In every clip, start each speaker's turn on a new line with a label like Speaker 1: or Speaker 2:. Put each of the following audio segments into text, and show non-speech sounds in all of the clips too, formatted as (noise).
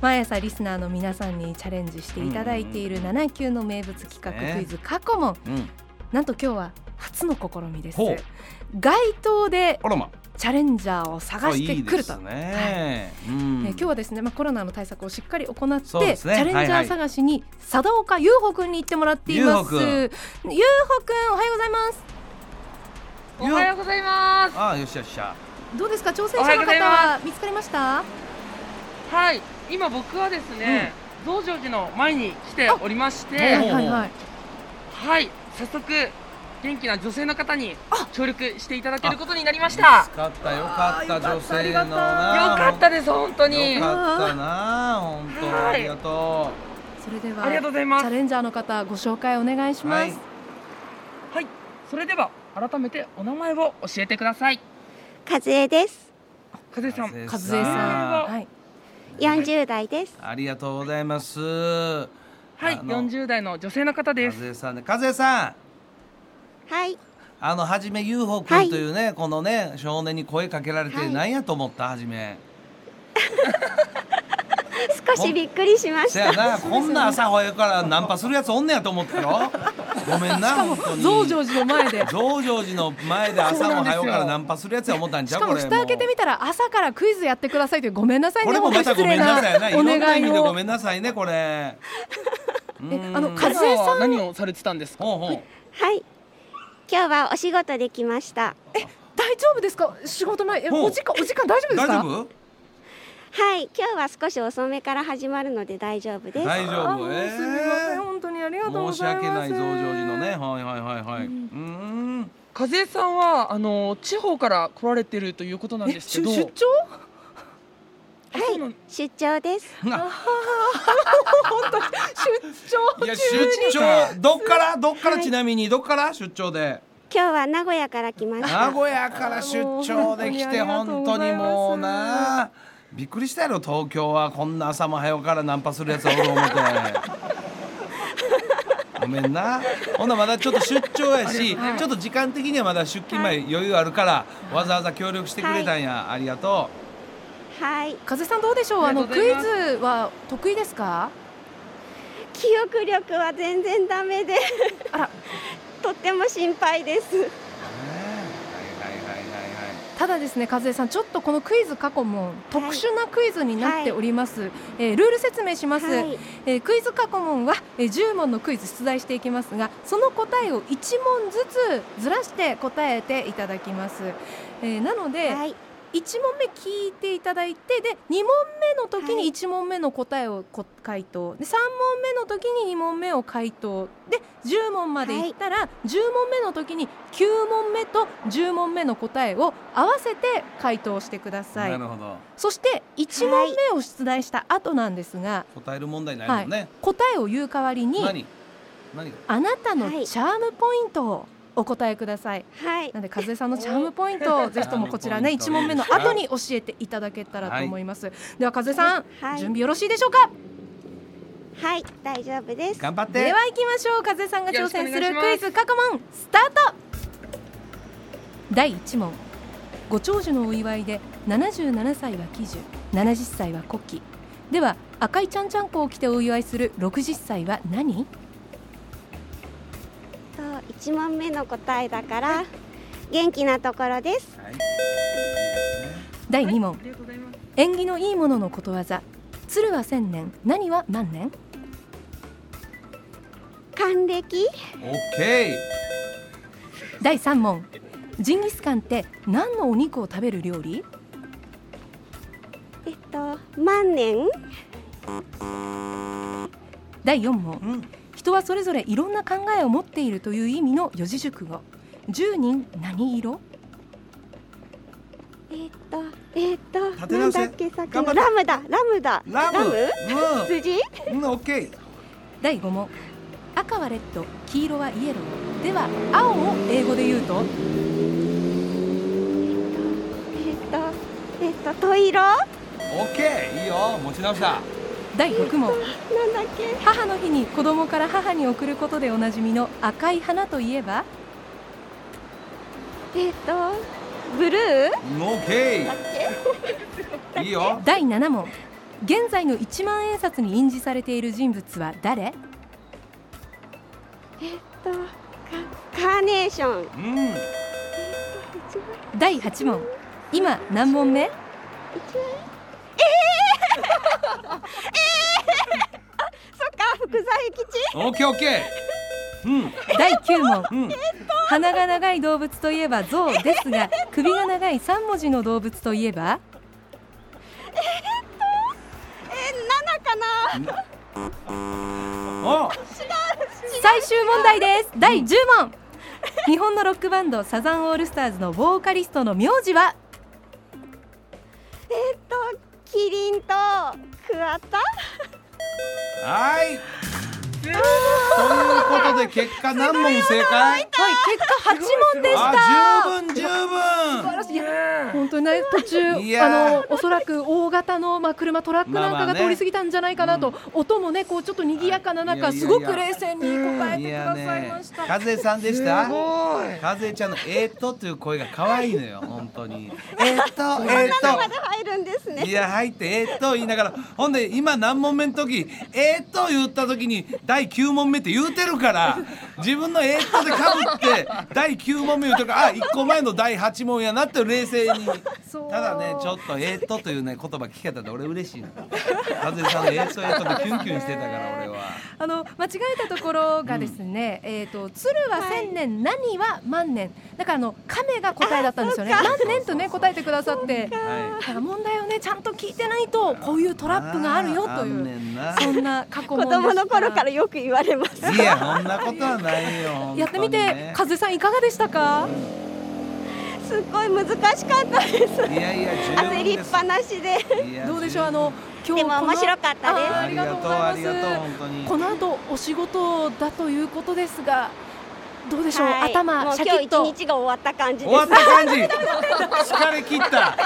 Speaker 1: 毎朝リスナーの皆さんにチャレンジしていただいている7級の名物企画
Speaker 2: ね
Speaker 1: クイズ過去問
Speaker 2: うん、
Speaker 1: なんと今日は初の試みです
Speaker 2: ほう
Speaker 1: 街頭で
Speaker 2: あらま
Speaker 1: チャレンジャーを探してくると
Speaker 2: あいいですね、うん
Speaker 1: えー今日はですね、まあ、コロナの対策をしっかり行って、チ
Speaker 2: そうですね
Speaker 1: ャレンジャー探しに佐田岡優穂くんに行ってもらっています
Speaker 2: 優
Speaker 1: 優
Speaker 2: 穂
Speaker 1: 穂くんおはようございます
Speaker 3: おはようございます。
Speaker 2: ああよっしゃよっしゃ
Speaker 1: どうですか挑戦
Speaker 3: おは
Speaker 1: 者
Speaker 3: よう
Speaker 1: の
Speaker 3: ござい
Speaker 1: 方は
Speaker 3: ま
Speaker 1: 見つかりました
Speaker 3: はい、今僕はですね、増上寺の前に来ておりまし
Speaker 2: え
Speaker 3: て
Speaker 2: あ、
Speaker 1: は
Speaker 2: ほう
Speaker 1: い
Speaker 2: ほう
Speaker 1: はいはい
Speaker 3: はい、早速元気な女性の方に協力していただけることになりまし
Speaker 2: 見
Speaker 3: た。よ
Speaker 2: つかったよかった女性のな
Speaker 3: かったです本当に。
Speaker 2: よ
Speaker 3: あ
Speaker 2: かったな本当、
Speaker 3: はい
Speaker 2: ありがとう
Speaker 1: それでは
Speaker 3: りがとうござい
Speaker 1: チ
Speaker 3: ます
Speaker 1: ャ。レンジャーの方ご紹介お願いします、
Speaker 2: はい
Speaker 3: はい、それでは改めてお名前を教えてください。
Speaker 4: 和江です。
Speaker 3: 風さん、
Speaker 2: 風
Speaker 1: 和江さん
Speaker 2: さ
Speaker 1: はい
Speaker 4: 40代です。
Speaker 2: ありがとうございますは
Speaker 3: はい、40代の女性の方です。
Speaker 2: 和江さんね和江さん
Speaker 4: はい。
Speaker 2: あのはじめ UFO
Speaker 4: は
Speaker 2: 君
Speaker 4: い
Speaker 2: というね、このね少年に声かけられて、
Speaker 4: はい
Speaker 2: なんやと思ったはじめ
Speaker 4: 少しびっくりしまし
Speaker 2: せ
Speaker 4: た。
Speaker 2: やなこんな朝早からナンパするやつおんねやと思ったよごめんな本当に
Speaker 1: 増上寺の
Speaker 2: (laughs)
Speaker 1: 前で
Speaker 2: 増上寺の前で朝も早うからナンパするやつや思ったんち
Speaker 1: し
Speaker 2: ゃう
Speaker 1: か
Speaker 2: こ
Speaker 1: も
Speaker 2: れ
Speaker 1: 蓋開けてみたら朝からクイズやってくださいというごめんなさい
Speaker 2: こ
Speaker 1: ね
Speaker 2: れもまたごめんなさいな。いろ
Speaker 1: お
Speaker 2: んな
Speaker 1: 願
Speaker 2: 意
Speaker 1: い
Speaker 2: 味でご
Speaker 1: を
Speaker 2: めんなさい
Speaker 1: (laughs)
Speaker 2: ね、これ。うん
Speaker 1: あのか
Speaker 3: 風
Speaker 1: 和江さん
Speaker 3: は何をされてたんですか。
Speaker 2: ほうほう。
Speaker 4: はい。今日はお仕事できました。
Speaker 1: 大丈夫ですか仕事前え
Speaker 2: ほう
Speaker 1: お時間お時間大丈夫です
Speaker 2: 大
Speaker 1: か
Speaker 2: 丈夫？
Speaker 4: はい。今日は少し遅めから始まるので大丈夫です。
Speaker 2: 大
Speaker 1: あ
Speaker 2: 丈
Speaker 1: も
Speaker 2: 夫。
Speaker 1: う
Speaker 2: え
Speaker 1: すみません本当にありがとう
Speaker 2: ー
Speaker 1: ご
Speaker 2: 申し
Speaker 1: ざいます
Speaker 2: 訳ない増上寺のね。はいはいはいはい。うーん。
Speaker 3: 風さんはあの地方から来られてるということなん
Speaker 1: え
Speaker 3: ですけ
Speaker 1: 出
Speaker 3: ど、
Speaker 1: 出張
Speaker 3: あそうなん
Speaker 4: 出張です。
Speaker 2: (laughs)
Speaker 1: 出張
Speaker 2: いや
Speaker 1: 中
Speaker 2: 出張どっからどっからちなみにどっから出張で
Speaker 4: 今日は名古屋から来ました。
Speaker 2: 名古屋から出張で来て
Speaker 1: あーもう本当にありが
Speaker 2: 本当に
Speaker 1: とうございます
Speaker 2: もうなびっくりしたやろ東京はこんな朝も早うからナンパするやつおる思
Speaker 1: (laughs)
Speaker 2: て。ごめんなほんなまだちょっと出張やし、
Speaker 1: はい
Speaker 2: ちょっと時間的にはまだ出勤前余裕あるから、わざわざ協力してくれたんや、ありがと
Speaker 4: はい。
Speaker 1: 風さんどうでしょうあの
Speaker 3: あ
Speaker 1: ク
Speaker 3: りがとうご
Speaker 1: イ
Speaker 3: ざいます
Speaker 1: ズは得意ですか
Speaker 4: 記憶力は全然ダメで。
Speaker 1: あら
Speaker 4: (laughs) とっても心配です。
Speaker 2: う、ねはいはいはいはいはい
Speaker 1: ただですね和江さんちょっとこのクイズ過去も特殊なクイズになっております、えールール説明します、
Speaker 4: はい。
Speaker 1: えークイズ過去問は、えー10問のクイズ出題していきますがその答えを1問ずつずらして答えていただきます、えーなので、
Speaker 4: はい。
Speaker 1: 1問目聞いていただいてで2問目の時
Speaker 4: はい
Speaker 1: に1問目の答えをこ回答で3問目の時に2問目を回答で10問までいったら、10問目の時に9問目と10問目の答えを合わせて回答してください
Speaker 2: なるほど
Speaker 1: そして1問目を出題した後なんですが、
Speaker 2: 答える問題ないもんね、
Speaker 1: 答えを言う代わりに
Speaker 2: 何何が
Speaker 1: あなたの
Speaker 4: はい
Speaker 1: チャームポイントをお答えください
Speaker 4: はい
Speaker 1: な。ので和江さんのチャームポイントをぜひともこちらね
Speaker 2: チ
Speaker 1: 1
Speaker 2: ャームポイ
Speaker 1: 問
Speaker 2: ント
Speaker 1: 目の後に教えていただけたらと思います、では和江さん、
Speaker 4: はい
Speaker 1: 準備よろしいでしょうか
Speaker 4: はい。大丈夫です。
Speaker 2: 頑張って
Speaker 1: では行きましょう和江さんが挑戦す
Speaker 3: よ
Speaker 1: る
Speaker 3: ろしくお
Speaker 1: ク
Speaker 3: 願
Speaker 1: イ
Speaker 3: いしま
Speaker 1: ズ過去問スタート第1問ご長寿のお祝いで77歳は喜寿70歳は古希では赤いちゃんちゃんこを着てお祝いする60歳は何
Speaker 4: と一問目の答えだから元気なところです。
Speaker 2: はい
Speaker 1: 第2問
Speaker 3: ありがとうございます。
Speaker 1: 縁起のいいもののことわざ鶴は千年何は万年
Speaker 4: 還暦。
Speaker 2: オッケ
Speaker 1: 第3問ジンギスカンって何のお肉を食べる料理
Speaker 4: えっと万年。
Speaker 1: 第4
Speaker 2: ー、
Speaker 1: 問
Speaker 2: うん、
Speaker 1: 人はそれぞれいろんな考えを持っているという意味の四字熟語10人何色
Speaker 4: えっと、えっ
Speaker 2: 立
Speaker 4: と、
Speaker 2: て
Speaker 4: なん
Speaker 2: 直せ
Speaker 4: だっけ、さっき
Speaker 2: 頑張っ
Speaker 4: の
Speaker 2: て
Speaker 4: ラムだ、ラムだ、
Speaker 2: ラム
Speaker 4: 辻。
Speaker 2: うん、うん、オッケー
Speaker 1: 第5問赤はレッド黄色はイエローでは青を英語で言うと
Speaker 4: えっと、えっと、トイロ。なんだ
Speaker 2: オッケーいいよ持ち直した
Speaker 1: 第6問
Speaker 4: っけ、
Speaker 1: 母の日に子供から母に贈ることでおなじみの赤い花といえば
Speaker 4: えっと、ブルー。
Speaker 2: オッケーいいよ
Speaker 1: 第7問現在の一万円札に印字されている人物は誰
Speaker 4: えっとかカーネーション
Speaker 2: うんうん
Speaker 4: 一番
Speaker 1: 第8問今何問目
Speaker 4: 一番ええええそっか福沢諭吉
Speaker 2: オッケーオッケーうん
Speaker 1: 第9問
Speaker 2: うん
Speaker 1: 鼻が長い動物といえば象ですが首が長い3文字の動物といえば
Speaker 4: え七かな
Speaker 2: あ
Speaker 1: 最終問題です第10問日本のロックバンドサザンオールスターズのボーカリストの名字は
Speaker 4: えっとキリンと桑田
Speaker 2: はいということで結果何問正解
Speaker 1: はい結果8問でした
Speaker 2: あ十分十分
Speaker 1: いや本当にね途中
Speaker 2: いやー
Speaker 1: あのおそらく大型のまあ車トラックなんか
Speaker 2: まあまあ
Speaker 1: が
Speaker 2: ね
Speaker 1: 通り過ぎたんじゃないかなと、音もねこうちょっと賑やかない
Speaker 2: やいや
Speaker 1: 中
Speaker 2: い
Speaker 1: す
Speaker 2: や
Speaker 1: ごく冷静に答え
Speaker 2: い
Speaker 1: てく
Speaker 2: や
Speaker 1: ださい
Speaker 2: ね
Speaker 1: ました。
Speaker 2: 風さんでした
Speaker 3: すごい
Speaker 2: 風ちゃんのえーっとという声が可愛いのよ本当にえーっとえーっ
Speaker 4: まで
Speaker 2: と
Speaker 4: 入るんですね
Speaker 2: いや入ってえーっと言いながらほんで今何問目の時えーっと言った時に第9問目って言うてるから自分のえーっとでかぶって第9問目言うてるからあ1個前の第8問やなって冷静に
Speaker 1: そう
Speaker 2: ただねちょっとえーっとというね言葉聞けたんで俺嬉しいな風さんのえーっとえーっとでキュンキュンしてたから俺は。
Speaker 1: あの間違えたところがですね、えっ、と鶴は千年、何は万年だからあの亀が答えだったんですよね。万年とね答えてくださって。
Speaker 2: はい
Speaker 1: だから問題をねちゃんと聞いてないとこういうトラップがあるよとい
Speaker 2: あん
Speaker 1: う
Speaker 2: ねんな
Speaker 1: そんな過去問
Speaker 4: 子
Speaker 1: でした
Speaker 4: 供の頃からよく言われます
Speaker 2: いやそんなことはないよ
Speaker 1: やってみて、
Speaker 2: 本当
Speaker 1: 風さんいかがでしたか？
Speaker 4: すっごい難しかったで
Speaker 2: に
Speaker 4: す
Speaker 2: ねいやいや十分
Speaker 4: 焦りっぱなしで
Speaker 2: いや
Speaker 1: どうでしょうあの今日
Speaker 4: でも面白かったです
Speaker 1: あーありがとうございます
Speaker 2: ありがとう本当に
Speaker 1: この後お仕事だということですがどうでしょう、
Speaker 4: はいも
Speaker 1: 頭
Speaker 4: う
Speaker 1: シャ
Speaker 4: 今
Speaker 1: キ
Speaker 4: 日
Speaker 1: ッと
Speaker 4: 一日が終わった感じ
Speaker 2: 終
Speaker 4: で
Speaker 2: わった感じ疲れ切った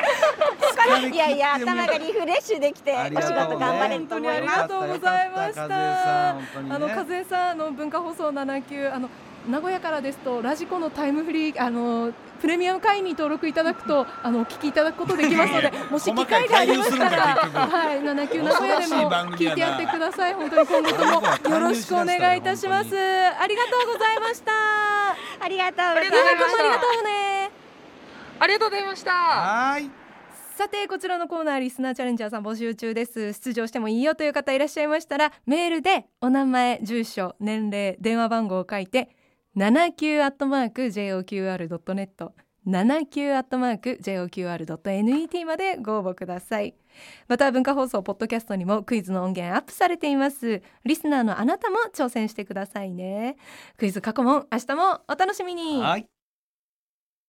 Speaker 2: 疲れ切って
Speaker 4: すいやいや頭がリフレッシュできてお
Speaker 2: あ
Speaker 4: 仕
Speaker 2: りがと
Speaker 4: 事
Speaker 2: うね
Speaker 4: 頑張れると思
Speaker 1: 本当に
Speaker 4: い
Speaker 1: あり
Speaker 4: ます
Speaker 1: がとうございました
Speaker 2: よかったよかった
Speaker 1: あの和江
Speaker 2: 風さん本当にね
Speaker 1: さんあの文化放送79あの名古屋からですとラジコのタイムフリーあのプレミアム会員に登録いただくとあのお聞きいただくことできますのでもし機会がありましたら
Speaker 2: 細
Speaker 1: は
Speaker 2: かい
Speaker 1: い79名古屋でも
Speaker 2: 恐ろしい番組
Speaker 1: 聞
Speaker 2: やない
Speaker 1: てやってください本当に今後ともよろしくお願いいたします
Speaker 2: 本当
Speaker 1: ありがとうございました
Speaker 4: ありがとうござい
Speaker 3: ありが
Speaker 4: ます
Speaker 3: とう
Speaker 1: 長くもありがとうね
Speaker 3: ありがとうございました
Speaker 2: はーい
Speaker 1: さてこちらのコーナーリスナーチャレンジャーさん募集中です出場してもいいよという方いらっしゃいましたらメールでお名前住所年齢電話番号を書いて79アットマーク JOQR.net 79アットマーク JOQR.net までご応募くださいまた文化放送ポッドキャストにもクイズの音源アップされていますリスナーのあなたも挑戦してくださいねクイズ過去問明日もお楽しみに
Speaker 2: はい